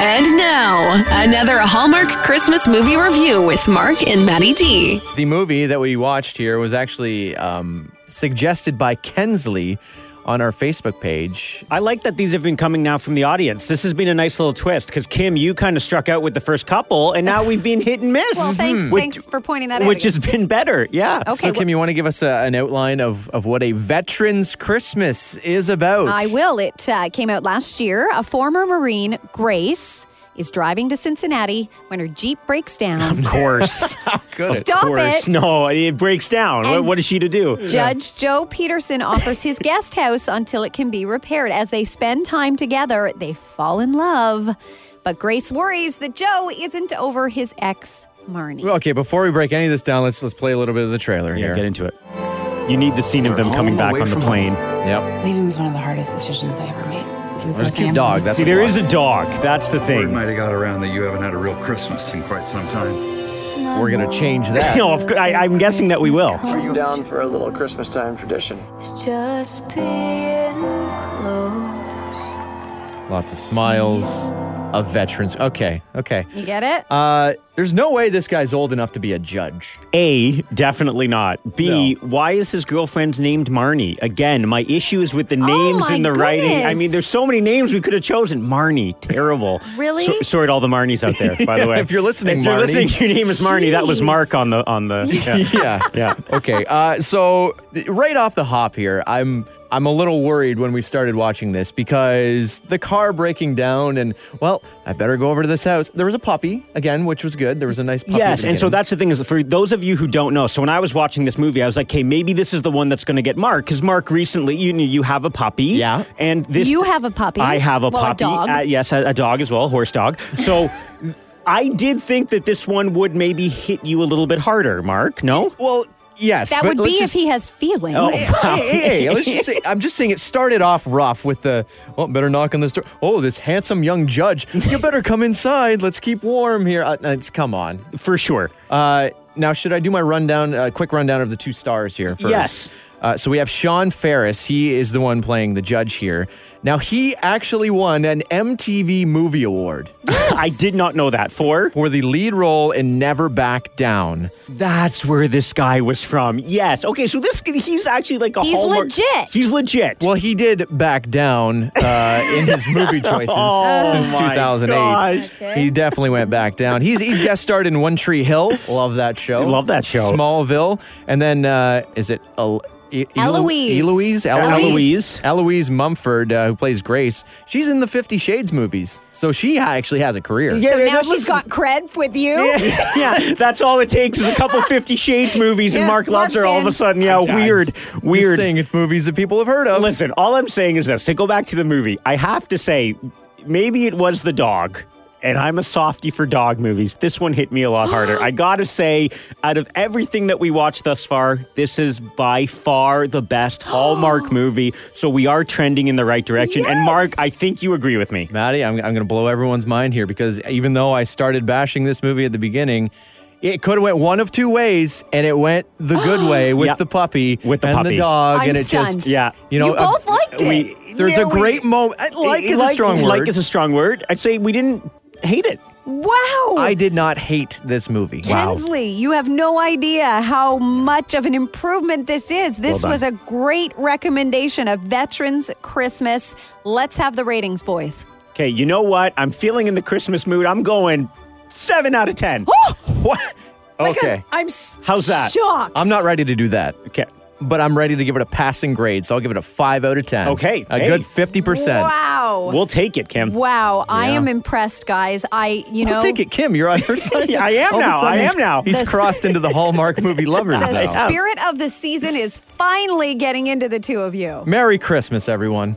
And now, another Hallmark Christmas movie review with Mark and Maddie D. The movie that we watched here was actually um, suggested by Kensley on our Facebook page. I like that these have been coming now from the audience. This has been a nice little twist because Kim, you kind of struck out with the first couple, and now we've been hit and miss. Well, thanks, Mm-hmm. Which- thanks for pointing that out. Which has been better, yeah. Okay, so, Kim, you want to give us a, an outline of, of what a veteran's Christmas is about? I will. It uh, came out last year. A former Marine, Grace, is driving to Cincinnati when her Jeep breaks down. Of course. Good. Stop it. No, it breaks down. What, And- what is she to do? Judge Joe Peterson offers his guest house until it can be repaired. As they spend time together, they fall in love. But Grace worries that Joe isn't over his ex, Marnie. Okay, before we break any of this down, let's let's play a little bit of the trailer Yeah, here. get into it. You need the scene of them coming back on the plane. Yep. Leaving was one of the hardest decisions I ever made. It was Let's my keep family. dog. That's See, what it there is was. a dog. That's the Word thing. might have got around that you haven't had a real Christmas in quite some time. We're gonna change that. No, of cou- I, I'm guessing that we will. Are you down for a little Christmas time tradition? Just being close. Lots of smiles. A veterans. Okay. Okay. You get it? Uh, there's no way this guy's old enough to be a judge. A, definitely not. B, why is his girlfriend's named Marnie? Again, my issue is Oh with the names my in the writing. I goodness. mean, there's so many names we could have chosen. Marnie, terrible. Really? So, sorry to all the Marnies out there, by the way. If you're listening, if you're Marnie. listening, your name is Marnie. That was Mark on the on the. Yeah. Yeah. yeah. okay. Uh, so th- right off the hop here, I'm I'm a little worried when we started watching this because the car breaking down and well, I better go over to this house. There was a puppy again, which was good. There was a nice puppy. Yes, to and so begin. that's the thing is for those of you who don't know. So when I was watching this movie, I was like, "Okay, maybe this is the one that's going to get Mark because Mark recently, you know, you have a puppy, Yeah. and this You have a puppy. I have a Well, a puppy, dog. Uh, yes, a, a dog as well, a horse dog. So I did think that this one would maybe hit you a little bit harder, Mark. No, well, yes, that but would let's be just- if he has feelings. Oh. Hey, hey, hey, let's just say, I'm just saying it started off rough with the, well, better knock on this door. Oh, this handsome young judge. You better come inside. Let's keep warm here. Uh, it's, come on. for sure. Uh, now, should I do my rundown, uh, quick rundown of the two stars here first? Yes. Uh, so we have Sean Ferris. He is the one playing the judge here. Now, he actually won an MTV Movie Award I did not know that. For for the lead role in Never Back Down. that's where this guy was from. Yes. Okay. So this he's actually like a He's Hallmark- legit. He's legit. Well, he did back down uh, in his movie choices Oh since my 2008. gosh. He definitely went back down. He's he's guest starred in One Tree Hill. Love that show. Love that show. Smallville, and then uh, is it El- E- Elo- Eloise, Eloise. Eloise. Eloise Mumford, uh, who plays Grace. She's in the Fifty Shades movies, so she actually has a career. Yeah, So that now was- she's got cred with you. yeah, that's all it takes is a couple Fifty Shades movies, and Yeah, Mark loves Mark's her all of in. a sudden. Yeah, I'm weird, just weird. saying it's movies that people have heard of. Listen, all I'm saying is this: to go back to the movie, I have to say, maybe it was the dog. And I'm a softie for dog movies. This one hit me a lot harder. I gotta say, out of everything that we watched thus far, this is by far the best Hallmark movie. So we are trending in the right direction. And Mark, I think you agree with me. Maddie, I'm, I'm going to blow everyone's mind here because even though I started bashing this movie at the beginning, it could have went one of two ways, and it went the good way with Yeah. the puppy, With the and puppy. the dog, I'm and it just stunned. Yeah. you know, You a- both liked it. we- there's Yeah, a we- great moment. Like is a strong word. Like is a strong word. I'd say we didn't hate it. wow. I did not hate this movie. Hensley, you have no idea how much of an improvement this is. This Well was a done. great recommendation of Veterans Christmas. Let's have the ratings, boys. Okay, you know what? I'm feeling in the Christmas mood. I'm going seven out of ten. What? Like, Okay, I'm, I'm s- How's that? Shocked. I'm not ready to do that, Okay. but I'm ready to give it a passing grade, so I'll give it a five out of ten. Okay, a hey. good fifty percent. Wow. We'll take it, Kim. wow. I Yeah. am impressed, guys. I, you know, I'll take it, Kim. You're on her side. Yeah, I am All of a now, sudden I am he's- now. He's The- crossed into the Hallmark movie lovers the now. spirit of the season is finally getting into the two of you. Merry Christmas, everyone.